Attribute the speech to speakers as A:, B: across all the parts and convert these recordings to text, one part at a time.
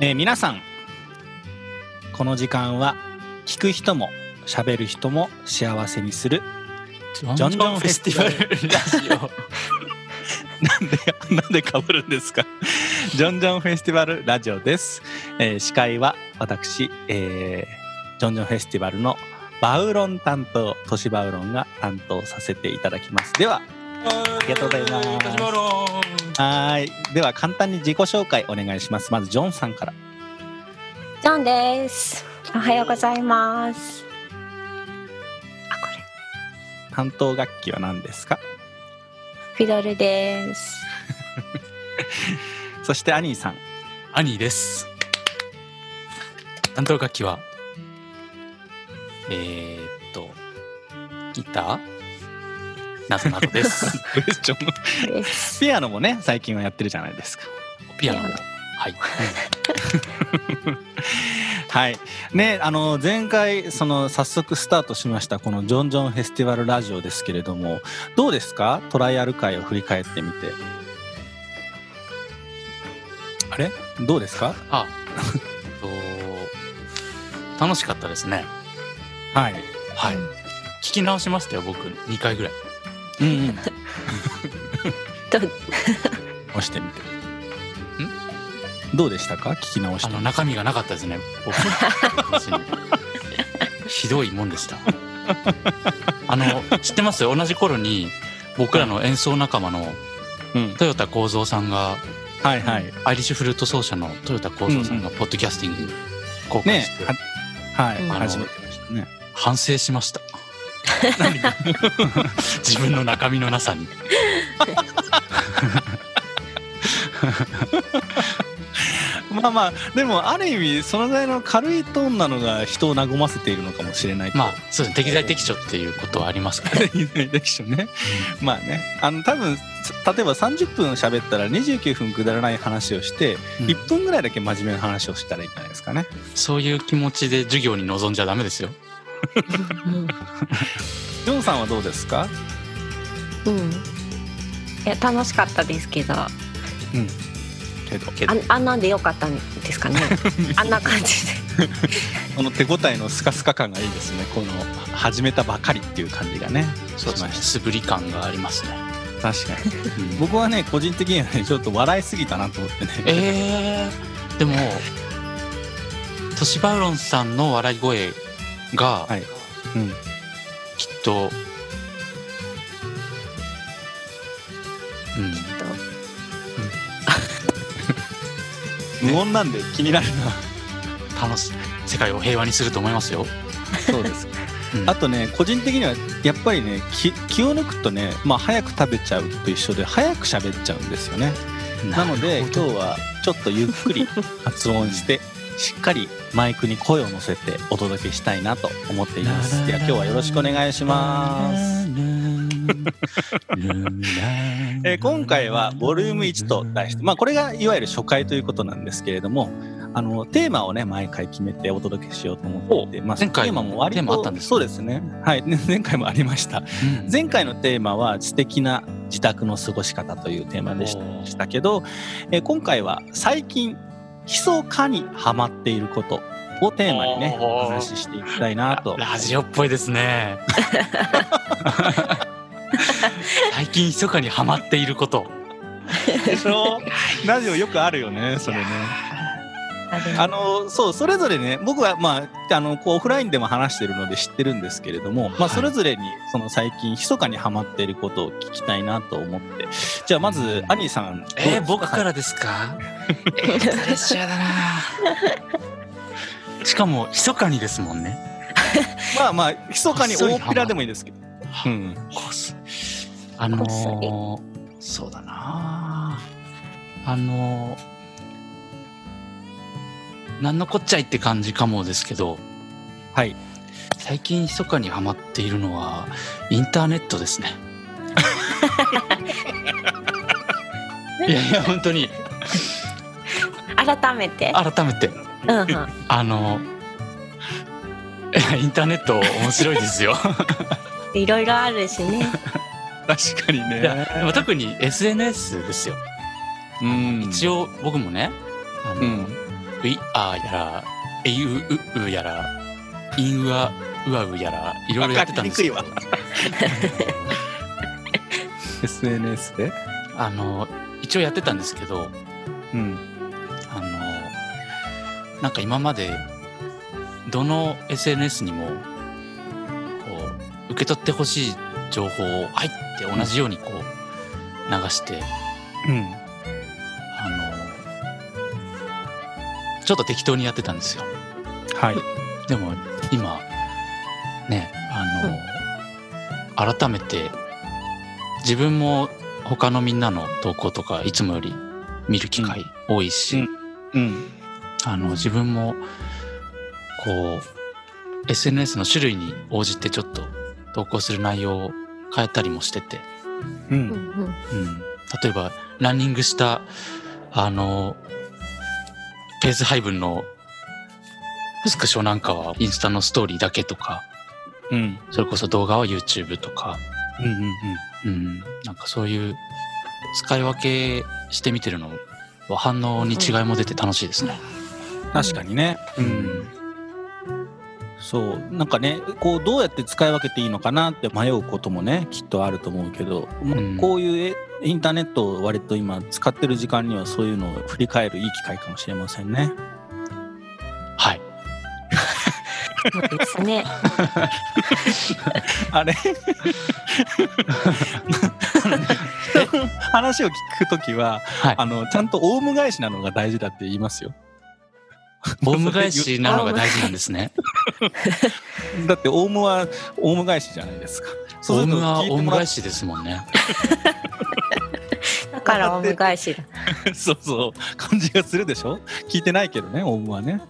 A: えー皆さんこの時間は聞く人も喋る人も幸せにする
B: ジョ
A: ジョンジョンフェスティバル
B: ィバルラジ
A: なんで、なんで被るんですか。ジョンジョンフェスティバルラジオです。えー司会は私、えージョンジョンフェスティバルのバウロン担当、都市バウロンが担当させていただきます。では、
B: オ。あ
A: りがとうございます
B: バロ
A: はーい。では、簡単に自己紹介お願いします。まず、ジョンさんから。
C: ジョンです。おはようございます。あ、これ
A: 担当楽器は何ですか
C: フィドルです。
A: そして、アニーさん。
B: ンアニーです。担当楽器は、えー、っと、ギターなどなど です。
A: クエスチョン。
C: です。
A: ピアノもね、最近はやってるじゃないですか。
B: ピアノも
C: ピアノ
B: はい。
A: はい。ね、あの、前回、その、早速スタートしました、このジョンジョンフェスティバルラジオですけれども、どうですかトライアル会を振り返ってみて。あれどうですか
B: あ、えっと、楽しかったですね。
A: はい。
B: はい。聞き直しましたよ、僕。2回ぐらい。
A: うんうん。
C: ど
A: 押してみて。どうでしたか聞き直し
B: あ
A: て
B: の、。中身がなかったですね、僕の話にひどいもんでした。 あの、知ってますよ。同じ頃に、僕らの演奏仲間の
A: うん。
B: 豊田幸三さんが、
A: はいはい。
B: アイリッシュフルート奏者の豊田幸三さんが、ポッドキャスティング公開
A: ね
B: して、
A: ははい。
C: うん
A: 初めてでしたね。
B: 反省しま した。 自分の中身のなさに。
A: まあまあ、でも、ある意味、そのぐらいの軽いトーンなのが人を和ませているのかもしれないと
B: まあ、そうですね。適材適所っていうことはあります から。
A: いないでしょうね。まあね、あの多分例えば30分喋ったら29分くだらない話をして、
B: うん
A: 1分ぐらいだけ真面目な話をしたらいいんじゃないですかね。
B: そういう気持ちで授業に臨んじゃダメですよ。
A: ジョンさんはどうですか？
C: うん。うん。いや楽しかったですけど、あ
A: けど
B: けど
C: あんなんで良かったんで すかね。あんな感じで。
A: この手応えのスカスカ感がいいですね。この始めたばかりっていう感じがね。
B: そうですね。素振り感がありますね。
A: 確かに。
B: うん
A: 僕はね個人的にはねちょっと笑いすぎたなと思ってね。
B: えー、でもトシバウロンさんの笑い声が
A: はい。うん。
B: きっと、うん
A: 無音なんで気になるな。
B: 楽しい世界を平和にすると思いますよ。
A: そうです。
B: うん
A: あとね個人的にはやっぱりね気気を抜くとね、まあ、早く食べちゃうと一緒で早く喋っちゃうんですよねなので今日はちょっとゆっく り発音してしっかりマイクに声を乗せてお届けしたいなと思っていますでは今日はよろしくお願いし ます、えー今回はボリューム1と題して、まあ、これがいわゆる初回ということなんですけれどもあのテーマをね毎回決めてお届けしようと思っていて、まあ、
B: 前回
A: テー
B: も
A: マも割と
B: テーマあったんですね
A: そうですねはいね前回もありました
B: うん
A: 前回のテーマは「素敵な自宅の過ごし方」というテーマでし
B: おー
A: したけど、えー今回は最近密かにハマっていることをテーマにね
B: おー
A: お話ししていきたいなと。
B: ラジオっぽいですね。 最近密かにハマっていること。
A: でしょ ラジオよくあるよねそれね。あのそうそれぞれね僕はまああのこうオフラインでも話してるので知ってるんですけれども、ま
B: は
A: あ、
B: い
A: それぞれにその最近密かにハマっていることを聞きたいなと思ってじゃあまずアニーさんどうですか
B: えー、僕からですか、えー、プレッシャーだな しかも密かにですもんね
A: まあまあ密かに大っぴらでもいいですけど。うん
B: こっそあのー、そうだなあのー、なんのこっちゃいって感じかもですけど
A: はい。
B: 最近密かにハマっているのはインターネットです ねいやいや本当に
C: 改めて。
B: 改めて
C: うんうん。
B: あの、 いやインターネット面白いですよ。
C: いろいろあるしね。
A: 確かに
B: いやでも特に SNS ですよ。
A: うん、
B: 一
A: 応、
B: 応僕もね、あの
A: うん、
B: ういあーやら、えいうううやら、いんうあうわうやら、いろいろやってたんですけ ど。
A: わか SNS で
B: あの、一応やってたんですけど、
A: うん
B: あの、なんか今まで、どの SNS にも、こう、受け取ってほしい情報を、はいって同じようにこう、流して、
A: うん
B: あの、ちょっと適当にやってたんですよ。
A: はい
B: でも今ねあの、改めて自分も他のみんなの投稿とかいつもより見る機会多いし、
A: うんうん
B: あの自分もこう SNS の種類に応じてちょっと投稿する内容を変えたりもしてて、
A: う
C: うんん
B: うん、例えばランニングしたあのペース配分のスクショなんかはインスタのストーリーだけとか
A: うん
B: それこそ動画は YouTube とか、
A: うんうん
B: うん、なんかそういう使い分けしてみてるのは反応に違いも出て楽しいですね。
A: 確かにねう
B: うん
A: そうなんかねこうどうやって使い分けていいのかなって迷うこともねきっとあると思うけど、まあ
B: うん
A: こういうえインターネットを割と今使ってる時間にはそういうのを振り返るいい機会かもしれませんね。
B: はい。
C: そうですね。
A: あれ話を聞くときは
B: はい。
A: あのちゃんとオウム返しなのが大事だって言いますよ。
B: オウム返しなのが大事なんですね。
A: だってオウムはオウム返しじゃないですか。
B: オウムは
A: そう
B: オウム返
A: し
B: しですもんね。
C: だからお迎えしだ。
A: そうそう感じがするでしょ聞いてないけどねオウムはね。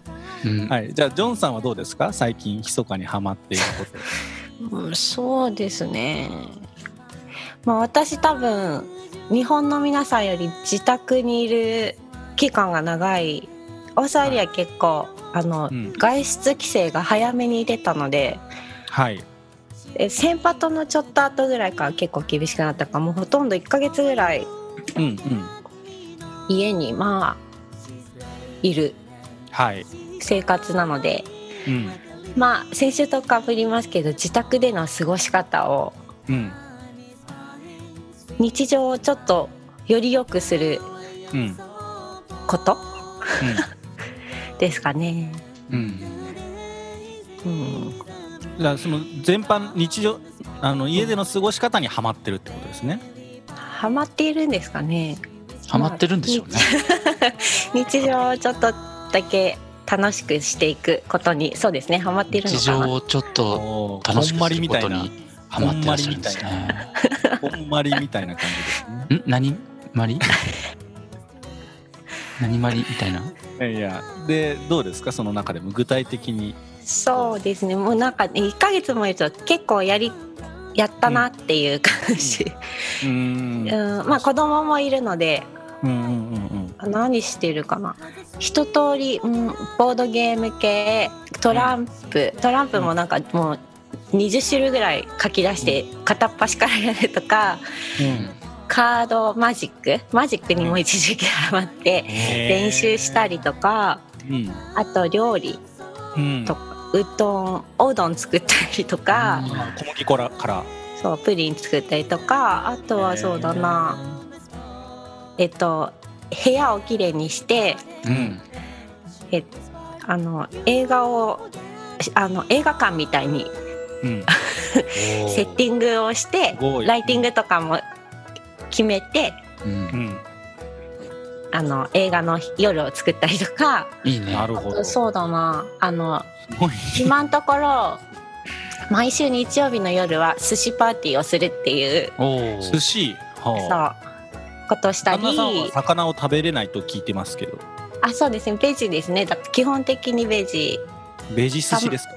B: うん。
A: はい、じゃあジョンさんはどうですか最近密かにハマっていること
C: うん、そうですね。まあ私多分日本の皆さんより自宅にいる期間が長い。オーストラリア結構、あの、
A: うん
C: 外出規制が早めに出たので、
A: はい
C: え先発のちょっと後ぐらいから結構厳しくなったから、もうほとんど1ヶ月ぐらい
A: うんうん
C: 家にまあいる
A: はい
C: 生活なので、
A: うん
C: まあ先週とかぶりますけど自宅での過ごし方を
A: うん
C: 日常をちょっとより良くする
A: うんうん
C: こと ですかね。
B: うん。
C: うん、
A: じゃあその全般日常あの家での過ごし方にハマってるってことですね
C: ハマっているんですかね。
B: ハマってるんでしょうね。
C: 日常をちょっとだけ楽しくしていくことに、そうですね。ハマっているの
B: 日
C: か
B: 常
C: な。
B: をちょっと
A: おー
B: 楽し
A: こんま
B: くす
A: りみ
B: るこ
A: たい
B: と
A: な
B: にハマってらっしゃるんです
A: こんまりみこ
B: ね。
A: んまりみ たいな感じ
B: ん何 マリ何マリみたいな。
A: ですねいやでどうですかその中でも具体的に
C: そうですね。もうなんかね一ヶ月もいると結構やりやったなっていう感じ。
A: うーん
C: うん、まあ子供もいるので
A: うんうんうんうん
C: 何してるかな一通り、うん、ボードゲーム系トランプ、トランプもなんかもう20種類ぐらい書き出して片っ端からやるとかカードマジックマジックにも一時期ハマって練習したりとか
A: うん
C: あと料理
A: うん
C: とうどんおうどん作ったりと
A: あ
C: か、
A: ー小麦粉らから
C: そうプリン作ったりとかあとはそうだな、えっと部屋をきれいにして
B: うん。
C: えあの映画をしあの映画館みたいに
A: うん
C: セッティングをして
A: すごい
C: ライティングとかも決めて
B: う。
A: うん ん
C: あの映画の夜を作ったりとか
B: いいね。
A: なるほど
C: そうだなあの
A: すごい
C: 今のところ毎週日曜日の夜は寿司パーティーをするっていう
B: おお。
A: 寿司
C: そう
A: はあ
C: ことした
A: 旦那
C: り
A: さんは魚を食べれないと聞いてますけど
C: あそうですねベジですねだって基本的にベジ
A: ベジ寿司ですか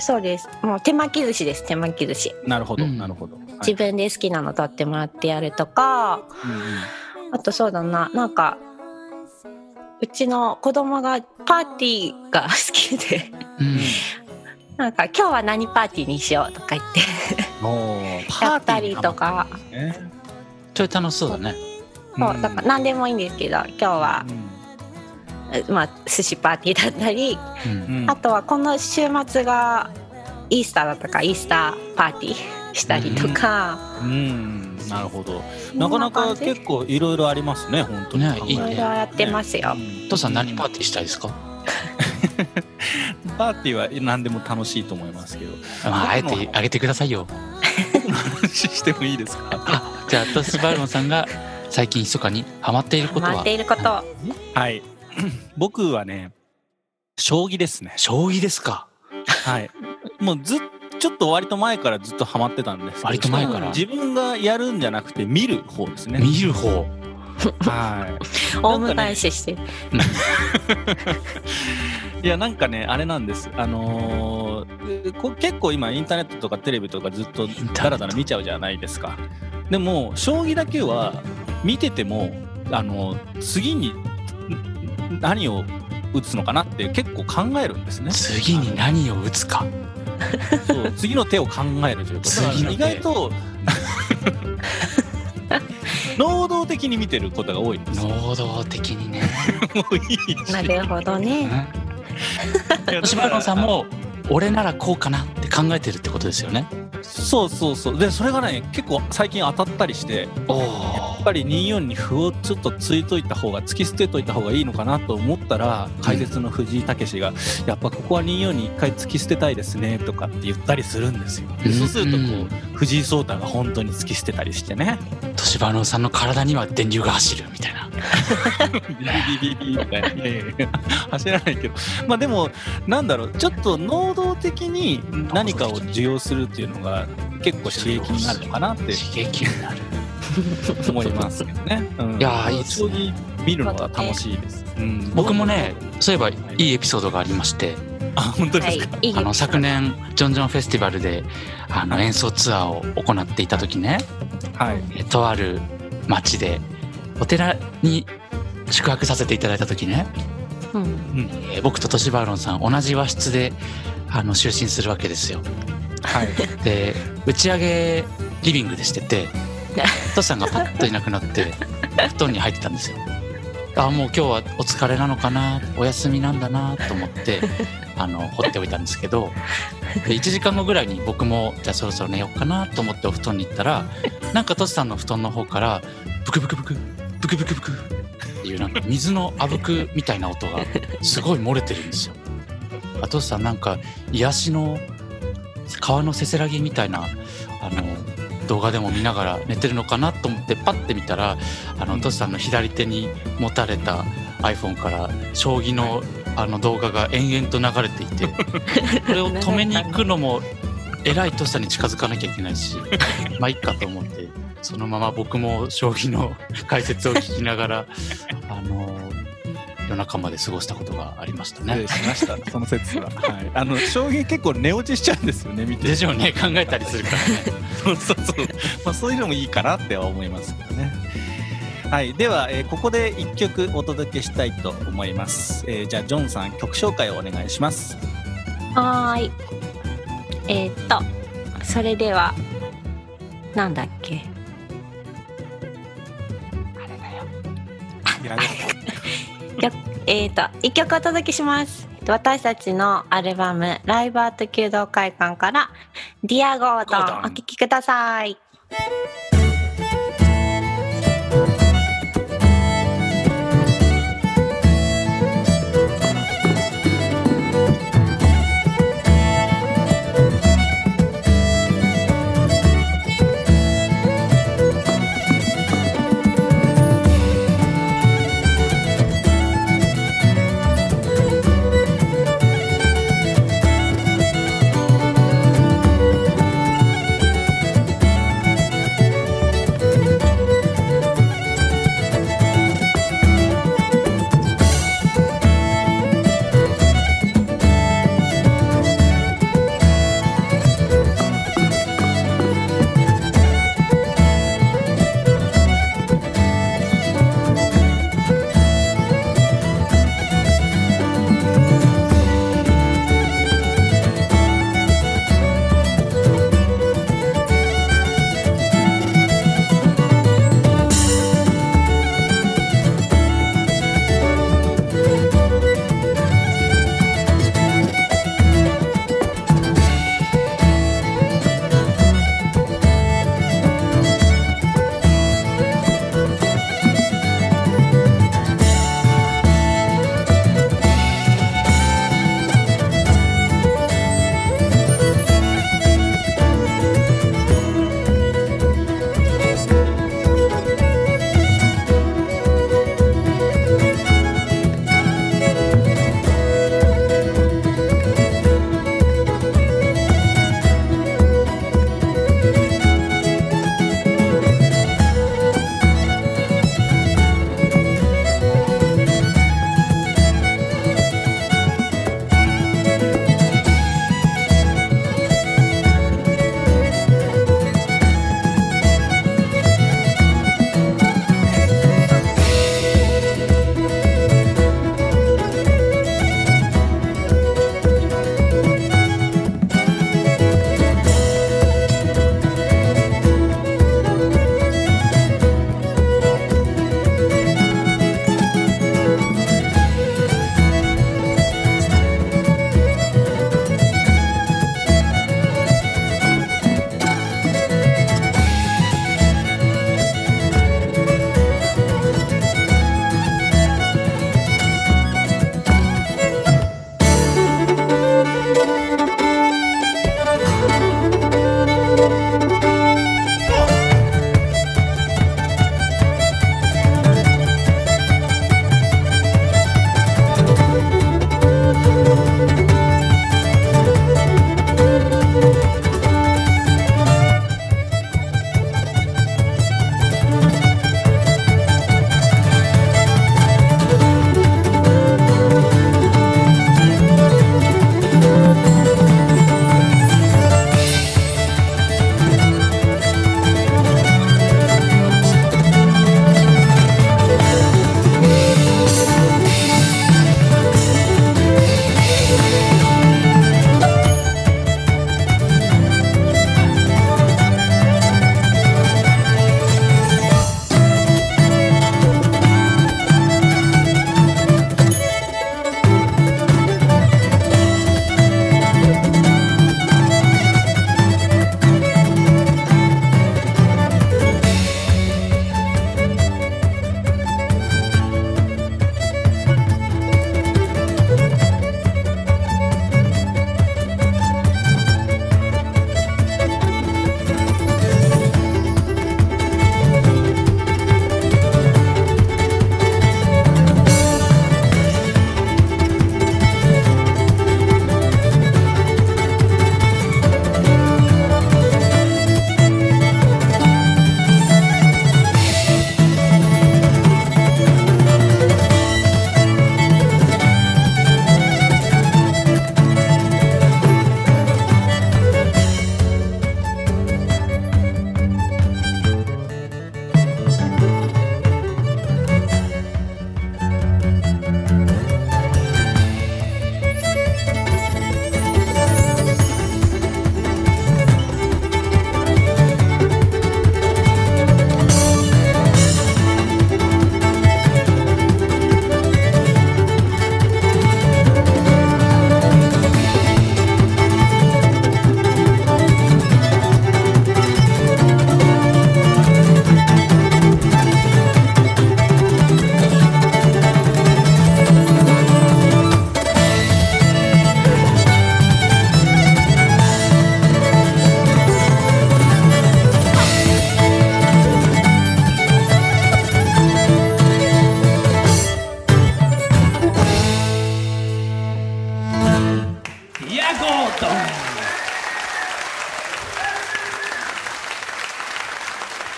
C: そうですもう手巻き寿司です手巻き寿司
A: なるほど、
B: うん
A: なるほど、はい
C: 自分で好きなの取ってもらってやるとか、あとそうだななんかうちの子供がパーティーが好 きで
B: うん。
C: なんか今日は何パーティーにしようとか言って
A: うんうん、おー
C: やったりとか、
A: パーティーにハマってるんですね
B: ちょい楽しそうだね。
C: そうだから何でもいいんですけど今日は
A: うん
C: まあ、寿司パーティーだったり、
B: うん
A: うん
C: あとはこの週末がイースターだったからイースターパーティーしたりとか、
A: うんなるほど
C: そん
A: なかな
C: 感
A: か
C: じ
A: 結構いろいろありますね本当に
B: ね
A: 考え
B: い
C: い
B: い
C: ろい
B: ね
C: ろやってますよ。
A: うん
B: お父さん何パーティーしたいですか、
A: パーティーは何でも楽しいと思います けど
B: まあ、あえてあげてくださいよ
A: 話してもいいですか
B: あじゃあトスバルモンさんが最近密かにハマっていること
C: 待
B: は
C: っていること、
A: はい 僕はね将棋ですね
B: 将棋ですか
A: はいもうずっちょっと割と前からずっとハマってたんですけど
B: 割と前から
A: 自分がやるんじゃなくて見る方ですね
B: 見る方
A: はい
C: 大迎えししてる、
A: いやなんかねあれなんですあのーこ結構今インターネットとかテレビとかずっと
B: ンターネット
A: ダラダラ見ちゃうじゃないですかでも将棋だけは見ててもあのー次にんん何を打つのかなって結構考えるんですね
B: 次に何を打つか
A: そう次の手を考えるということだか
B: 次の
A: ら
B: 手
A: 意外 と能動的に見てることが多いんですよ
B: 能動的にね
A: もういいし
C: なるほどね。
A: いや
B: トシバルモンさんも俺ならこうかなって考えてるってことですよね
A: そうそうそうでそれがね結構最近当たったりして
B: おお
A: やっぱり24に歩をちょっとついといた方が突き捨てといた方がいいのかなと思ったら解説の藤井武が「やっぱここは24に1回突き捨てたいですね」とかって言ったりするんですよ。でそうするとこ
B: うん
A: う藤井聡太が本当に突き捨てたりしてね
B: トシバルモンさんの体には電流が走るみたいな
A: ビリビリビリみたいないやいやいや走らないけどまあでもなんだろうちょっと能動的に何かを受容するっていうのが結構刺激になるのかなって
B: 刺激になる
A: 思いますけどね。うん
B: いやーいいです
A: 将
B: ね
A: 棋見るのは楽しいです。うん
B: 僕もねそういえばいいエピソードがありまして
A: あ本当で
C: は
A: す
C: い
A: か。、
C: いい
B: あの昨年ジョンジョンフェスティバルであの演奏ツアーを行っていた時ね
A: はい。
B: えとある町でお寺に宿泊させていただいた時ね、
C: うん
B: えー僕とトシバーロンさん同じ和室であの就寝するわけですよ
A: はい。
B: で打ち上げリビングでしててトシさんがパッといなくなって布団に入ってたんですよあもう今日はお疲れなのかなお休みなんだなと思ってあの放っておいたんですけどで1時間後ぐらいに僕もじゃあそろそろ寝ようかなと思ってお布団に行ったらなんかトシさんの布団の方からブクブクブクブクブクブクっていうなんか水のあぶくみたいな音 がすごい漏れてるんですよ。あトシさんなんか癒しの川のせせらぎみたいなあの動画でも見ながら寝てるのかなと思ってパッて見たらあのトシさんの左手に持たれた iPhone から将棋のあの動画が延々と流れてい てこれを止めに行くの も偉いトシさんに近づかなきゃいけないしまあいっかと思ってそのまま僕も将棋の 解説を聞きなが らあの夜中まで過ごしたことがありました
A: 失
B: ね
A: 礼。しました。その説は。はい。あの将棋結構寝落ちしちゃうんですよね。見て。
B: でしょうね考えたりするからね。
A: そうそうそう。まあそういうのもいいかなっては思いますけどね。はい。では、えーここで一曲お届けしたいと思います。えーじゃあジョンさん曲紹介をお願いします。
C: はーい。えーっと、それでは、なんだっけ。あれだよ。
A: やれ
C: えーっと、一曲お届けします。私たちのアルバム、ライブアート弓道会館から、ディアゴード
B: ゴードン
C: ン、お聴きください。
D: 「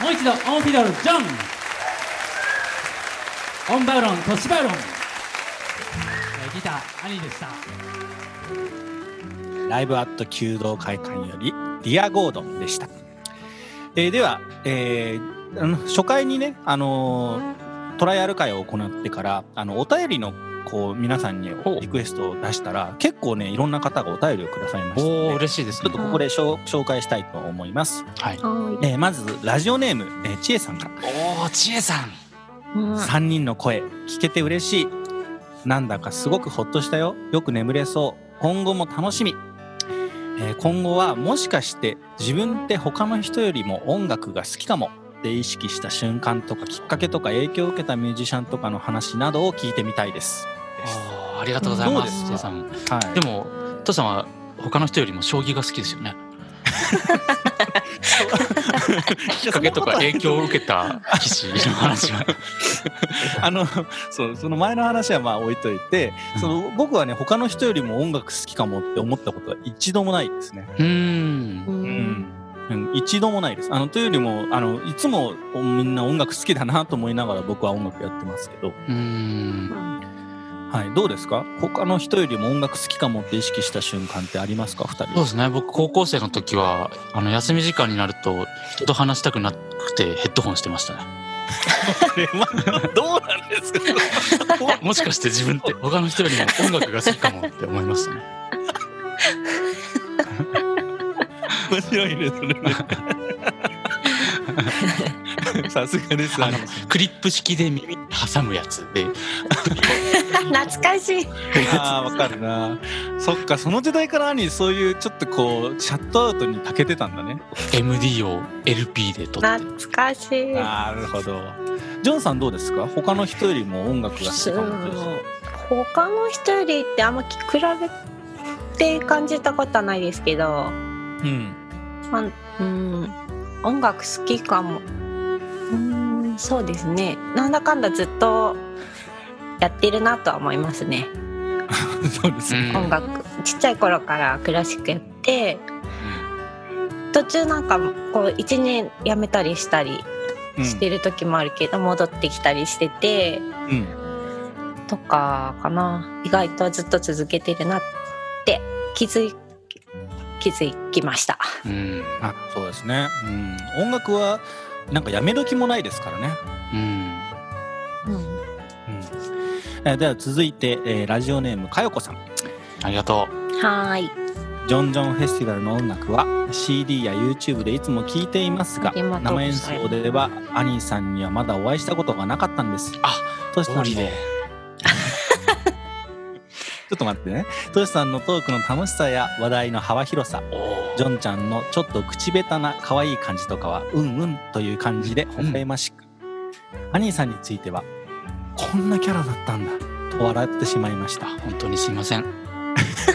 D: オンフィドルジョンオンバウロントシバウロンえーギター兄でした
A: ライブアット弓道会館よりディアゴードンでした。えーでは、えーあの初回にね、あのートライアル会を行ってから、あの、お便りの、こう、皆さんに
B: ほう
A: リクエストを出したら、結構ね、いろんな方がお便りをくださいました
B: おお
A: ので、
B: 嬉しいです
A: ちょっ
B: ね
A: と。ここで紹紹介したいと思います。
B: はい。
C: は
A: えーまず、ラジオネーム、えー、ちえさんから。
B: おおちえさん。
C: いうん
A: 3人の声聞けて嬉しいなんだかすごくほっとしたよよく眠れそう今後も楽しみ、えー今後はもしかして自分って他の人よりも音楽が好きかもって意識した瞬間とかきっかけとか影響を受けたミュージシャンとかの話などを聞いてみたいです、
B: おーありがとうございます。
A: どうで
B: ちえ
A: す
B: さ
A: か
B: ん。
A: はい、
B: でも父さんは他の人よりも将棋が好きです よね。きっかけとか影響を受けた棋士の話 は。
A: あの そうその前の話はまあ置いといて、その僕はね他の人よりも音楽好きかもって思ったことは一度もないですね
B: うーん。
C: うん
A: うん、一度もないです。あのというよりもあのいつもおみんな音楽好きだなと思いながら僕は音楽やってますけど、
B: うーん。
A: はい、どうですか他の人よりも音楽好きかもって意識した瞬間ってありますか二人
B: そうですね。僕高校生の時はあの休み時間になると人と話したくなくてヘッドホンしてましたね。
A: どうなんですか
B: もしかして自 分って他の人よりも音楽が好きかもって思いましたね。
A: 面白いです ね。さすがです。
B: あのクリップ式で耳に挟むやつで、
C: 懐かしい
A: ああ、わかるな。そっか、その時代から兄、そういうちょっとこう、シャットアウトに長けてたんだね。
B: MD を LP で撮って。
C: 懐かしい
A: なるほど。ジョンさんどうですか他の人よりも音楽が好きかもって意識
C: 他の人よりってあんま比べて感じたことはないですけど、
A: うん。
C: まあうん、音楽好きかもうんそうですねなんだかんだずっとやってるなとは思いますね、
A: そうです
B: ねうん
C: 音楽ちっちゃい頃からクラシックやって途中なんかこう1年やめたりしたりしてる時もあるけど、戻ってきたりしてて
A: うん、
C: とかかな意外とずっと続けてるなって気づい気づきました
B: うん。
A: あそうですね、うん、音楽はなんかやめ時もないですからね、
B: うん。
C: うん
A: えーでは続いて、えーラジオネームかよこさん
B: ありがと
C: はーい
A: ジョンジョンフェスティバルの音楽は CD や YouTube でいつも聴いていますが
C: ありがとうご
A: 生
C: ざい
A: 演
C: ます
A: 奏ではアニーさんにはまだお会いしたことがなかったんです
B: あ
A: ト
B: う。
A: シさん
B: 通
A: の
B: り
A: ちょ
B: で。
A: っと待ってねトシさんのトークの楽しさや話題の幅広さ
B: お
A: ジ
B: ー
A: ョンちゃんのちょっと口下手な可愛い感じとかは、うんうんという感じで微笑ましく、アニーさんについては、こんなキャラだったんだ、と笑ってしまいました。
B: 本当にすいません。
A: フェス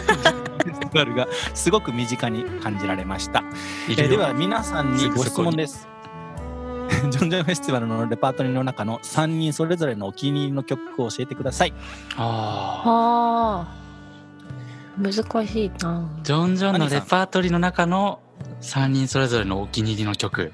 A: ティバルがすごく身近に感じられました。
B: い
A: え
B: る
A: ー
B: よ
A: では、皆さんにご質問です。ジョンジョンフェスティバルのレパートリーの中の3人それぞれのお気に入りの曲を教えてください。
B: あ
C: あー難しいな
B: ージョン・ジョンのレパートリーの中の3人それぞれのお気に入りの曲。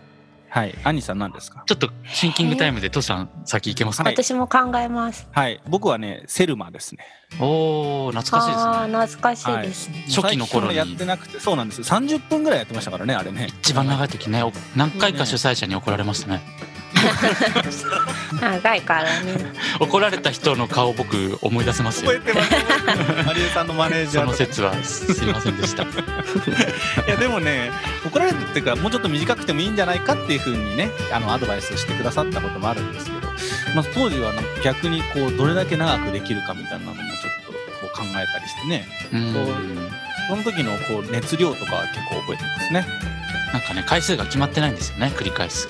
A: はい、アニーさん何ですか
B: ちょっとシンキングタイムでトシさん先行けますか、
A: はい
C: 私も考えます、
A: はい、僕はね、セルマですね。
B: おお懐かしいです
C: あ
B: ね。
C: あ懐かしいですね、
B: 初期の頃
A: 最近は
B: に
A: やってなくて、そうなんです。30分ぐらいやってましたからね、あれね。
B: 一番長い時ね、お何回か主催者に怒られましたね。
C: 長いからね
B: 怒られた人の顔僕思い出せますよ
A: 覚え。てます。マリエさんのマネージャ
B: そ
A: ー
B: の
A: とか
B: 説はすいませんで した。
A: いやでもね怒られてっていうかもうちょっと短くてもいいんじゃないかっていうふうにねあのアドバイスしてくださったこともあるんですけど、まあ、当時はなんか逆にこうどれだけ長くできるかみたいなのもちょっとこう考えたりしてね
B: うん。
A: そうその時のこう熱量とかは結構覚えてますね
B: なんかね回数が決まってないんですよね繰り返す。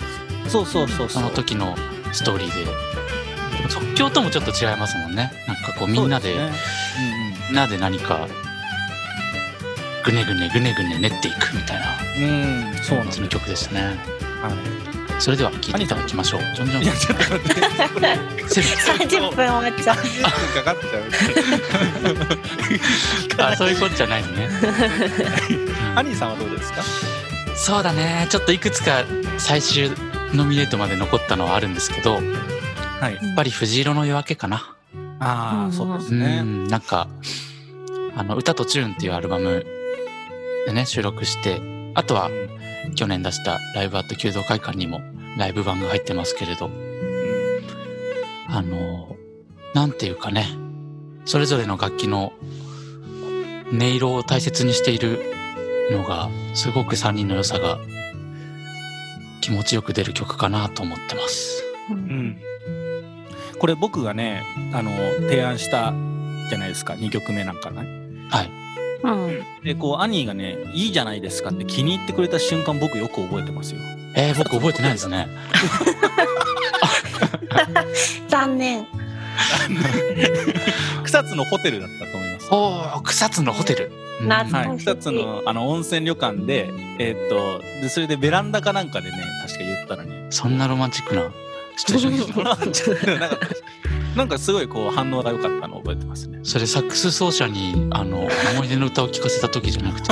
A: そうそうそうそ
B: そうの時のストーリーで。でも即興ともちょっと違いますもんね。なんかこうみんなで
A: そうすね
B: みんなで何かぐねぐねぐねぐね練っていくみたいな
A: うんうん、うん、そうなんで
B: 感じ
A: す
B: の曲でしたね。
A: はい
B: それでは聴いていただきましょう。ジョンジョン
A: いやちょっと待って
B: セブン
C: 30分終わっちゃ
A: か
C: う
A: かっちゃう
B: あそういうことじ ゃないのね。
A: アニーさんはどうですか
B: そうだねちょっといくつか最終ノミネートまで残ったのはあるんですけど、やっ
A: はい。
B: ぱり藤色の夜明けかな。
A: あ
C: う
A: あ、
C: ん
A: そうです
B: う
A: ね。
B: ん、なんか、あの、歌とチューンっていうアルバムでね、収録して、あとは去年出したライブアット弓道会館にもライブ版が入ってますけれど、あの、なんていうかね、それぞれの楽器の音色を大切にしているのが、すごく3人の良さが気持ちよく出る曲かなと思ってます。
A: うんこれ僕がね、あの、提案したじゃないですか、2曲目なんかね。
B: はい。
C: うん
A: で、こう、アニーがね、いいじゃないですかって気に入ってくれた瞬間、僕よく覚えてますよ。
B: えー、僕覚えてないですね。
C: 残念
A: 草津のホテルだったと思います。
B: おー、草津のホテル。うん
C: なるほど
A: はい、
C: 楽しい
A: 草津のあの温泉旅館で、えーっとで、それでベランダかなんかでね、確か言ったらね、
B: そんなロマンチックなシチュエーション ですね
A: なんか、なんかすごいこう反応が良かったのを覚えてますね。
B: それサックス奏者にあの思い出の歌を聴かせた時じゃなくて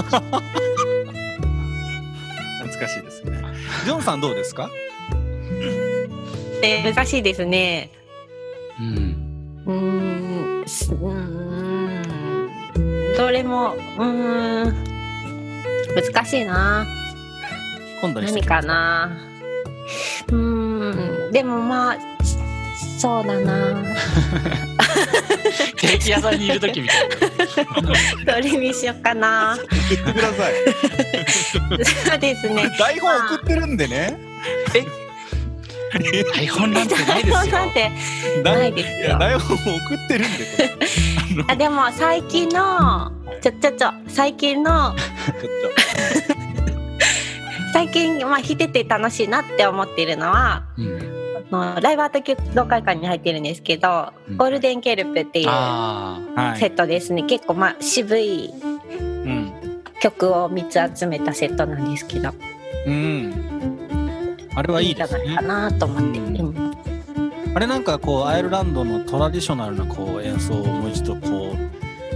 A: 懐かしいですね。ジョンさんどうですか
C: えー難しいですね
B: うん
C: うーんすうーんどれもうーん難しいな
A: 今度にして
C: 何かなうーんでもまあそうだな
B: ケーキ屋さんにいる時みたいな
C: どれにしようかな
A: 言ってくだ さい。
C: そうですね
A: 台本送ってるんでね。
B: 台本なんてないで
C: そ
B: す
C: う
B: よ
C: なんてな
A: 台
C: いです
A: いや
C: よ
A: 台本も送ってるんで、こ
C: あでも最近のちょちょちょ最近の
A: れちょっ
C: 最近まあ弾いてて楽しいなって思ってるのは
B: うん、
C: あのライブアート協同会館に入ってるんですけど、
B: うん
C: ゴールデンケルプっていう
B: あ
A: と。は
C: セ
A: い。
C: ットですね、結構まあ渋い
A: うん。
C: 曲を3つ集めたセットなんですけど
A: うん。あれはいいです
C: いんじ
A: ね
C: ゃないか。なと思って、
A: う
C: うん
A: あれなんかこうアイルランドのトラディショナルなこう演奏をもう一度こう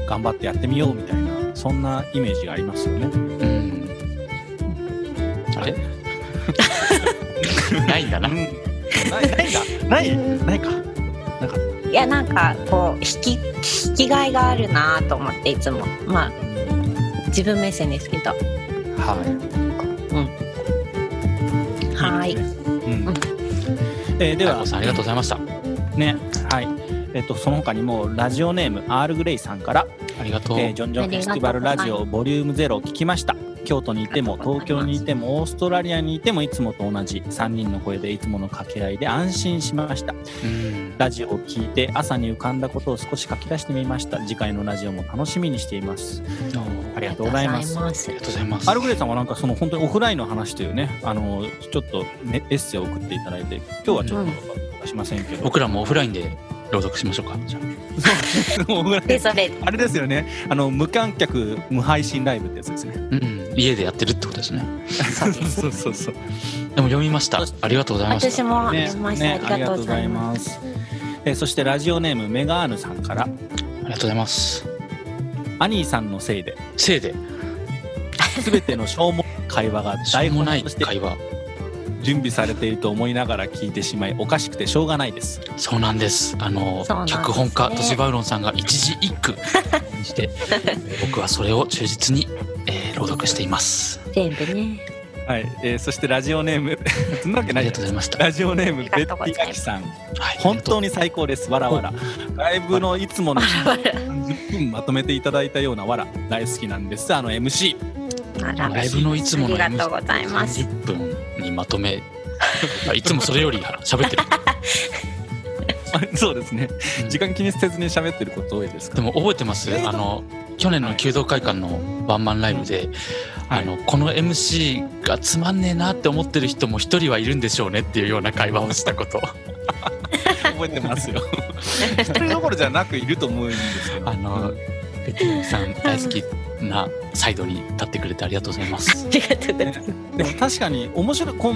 A: 頑張ってやってみようみたいなそんなイメージがありますよね。
B: ーうんあれないんだな
A: ないないかないないか。
C: いやなんかこう引き引きがいがあるなと思っていつもまあ自分目線ですけど
B: は
C: はい
A: ですねうん
C: うん
A: えー
B: い
A: で
B: では
A: は
B: さんありがとうございました
A: ねはい。えっと、その他にもラジオネーム R グレイさんから
B: ありがとう、
A: えージョンジョンフェスティバルラジオボリュームゼロを聞きました京都にいても東京にいてもオーストラリアにいてもいつもと同じ3人の声でいつもの掛け合いで安心しました
B: うん
A: ラジオを聞いて朝に浮かんだことを少し書き出してみました次回のラジオも楽しみにしています
B: どうもあ
A: あり
B: り
A: が
B: がと
A: と
B: う
A: うご
B: ござ
A: ざ
B: い
A: い
B: ま
A: ますす
B: ます
A: アルグレイさんはなんかその本当にオフラインの話というねあのちょっとねエッセイを送っていただいて今日はちょっとしません けど、
B: 僕らもオフラインで朗読しましょうかじゃあ
A: オフライン
C: でそれ
A: あれですよねあの無観客無配信ライブってやつですね
B: うん家でやってるってことですね
C: そうです
A: うそう そう
B: でも読みましたありがとうございました
C: 私もあ
A: ね
C: りました、
A: ね
C: ありがとうございます
A: す。えーそしてラジオネームメガーヌさんから
B: ありがとうございます
A: アニーさんのせいで
B: せいで
A: 全てのしょうもない 会話が
B: しょ
A: 台
B: うも
A: 本
B: ない
A: として
B: 会話
A: 準備されていると思いながら聞いてしまいおかしくてしょうがないです。
B: そうなんですあの
C: そうなんですね
B: 脚本家トシバウロンさんが一字一句にして僕はそれを忠実に、えー朗読しています
C: 全部ね
A: はい、えーそしてラジオネーム そんなわけ
B: あ
A: ない
B: り
A: じゃない
B: がとうございました、
A: ラジオネーム
C: あ
A: ベ
C: り
A: ッ
C: がとうご
A: ティ
C: ざいま
A: ア
C: す
A: キさん
B: はい
A: 本当に最高ですわらわらライブのいつもの30分まとめていただいたようなわら大好きなんですあの MC
C: あら
B: ライブのいつもの
C: ありがとうございます
B: 30分にまとめいつもそれより喋ってる
A: そうですね
B: うん
A: 時間気にせずに喋ってること多いですか
B: で
A: ら
B: も覚えてますあの去年の弓道会館のワンマンライブで、
A: はい
B: あのこの MC がつまんねえなって思ってる人も一人はいるんでしょうねっていうような会話をしたこと
A: 覚えてますよ一人どころじゃなくいると思うんですけど
B: あのベティさん大好きなサイドに立ってくれてありがとうございます
C: ありがとうございます
A: でも確かに面白いこう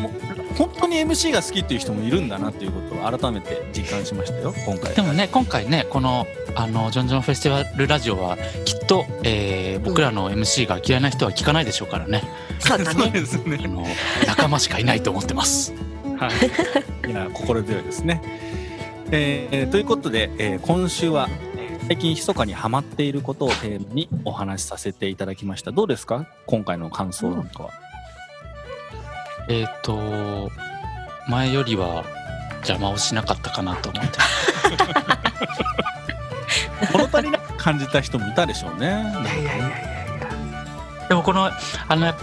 A: 本当に MC が好きっていう人もいるんだなっていうことを改めて実感しましたよ今回
B: でもね今回ねこのあのジョンジョンフェスティバルラジオはきっと、えー僕らの MC が嫌いな人は聞かないでしょうからね、
C: そうだ
A: そう
C: ね
A: ですね
B: あの仲間しかいないと思ってます
A: はい、いや心強いですね、えーえーということで、えー今週は最近密かにハマっていることをテーマにお話しさせていただきましたどうですか今回の感想なんかは、
B: えっ、と、前よりは邪魔をしなかったかなと思って。
A: 物足りなく感じた人もいたでしょうね
B: でもこの、あの、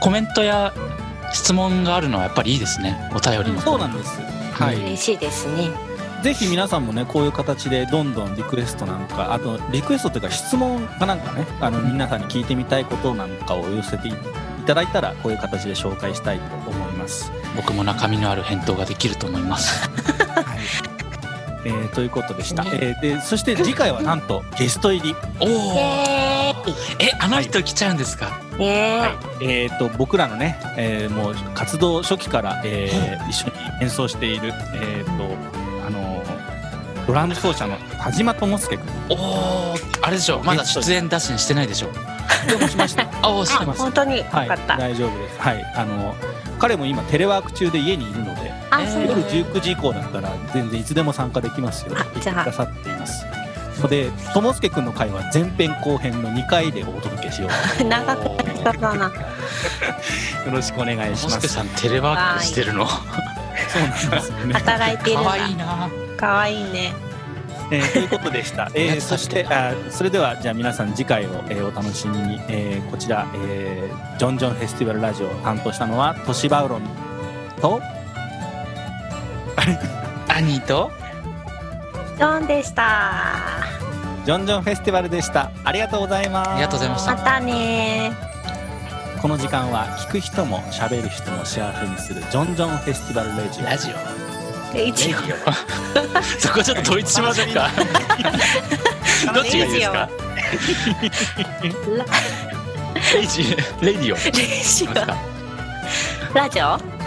B: コメントや質問があるのはやっぱりいいですね。お便りの。
A: そうなんですはい、
B: うん
C: 嬉しいですね。
A: ぜひ皆さんもねこういう形でどんどんリクエストなんかあとリクエストというか質問かなんかねあの皆さんに聞いてみたいことなんかを寄せていただいたらこういう形で紹介したいと思います。
B: 僕も中身のある返答ができると思 います。
A: えーということでした、
C: ね
A: えーでそして次回はなんとゲスト入り、
B: お
C: イ
B: お。
C: エ
B: え、あの人来ちゃうんですか。
C: ーイ。ね
A: はいえー、と僕らのね、えーもう活動初期から、えー一緒に演奏している、えーとあのードラム奏者の田島智介君
B: おお。あれでしょまだ出演打診してないでしょ
A: どうしました
B: あお、して
C: あ、
B: ます。
C: 本当によか
A: はい、
C: った。
A: 大丈夫です。はい、あの彼も今テレワーク中で家にいるので、
C: あ、そう
A: 夜
C: なんだ
A: 19時以降だったら全然いつでも参加できますよ
C: あ。
A: 言っ
C: じ
A: て
C: ゃ
A: く
C: あ
A: ださっています。ので、ともすけくんの会は前編後編の2回でお届けしよ う。
C: 長くなりそうだな。
A: よろしくお願いしま
B: もし
A: す。
B: け
A: そ
B: さんテレワークしてるの。
A: うなんですよね。
C: 働いてる
B: 可
C: んだ。
B: 愛いな。
C: 可愛いね。
A: えーということでした。えーそして、あーそれではじゃあ皆さん次回を、えーお楽しみに。えーこちら、えージョンジョンフェスティバルラジオを担当したのはトシバウロンと。
B: 兄と。
C: ジョンでした。
A: ジョンジョンフェスティバルでした。ありがとうございます。
B: ありがとうございまし
C: またね
A: この時間は聞く人も喋る人も幸せにするジョンジョンフェスティバルレジオ。
B: ラジオ。
C: ー。一応
B: そこちょっと統一しましょう か。どっちがいいですか。レイジ、レディオ。
C: レジ
B: どうです
C: オ
B: か
C: ラジオ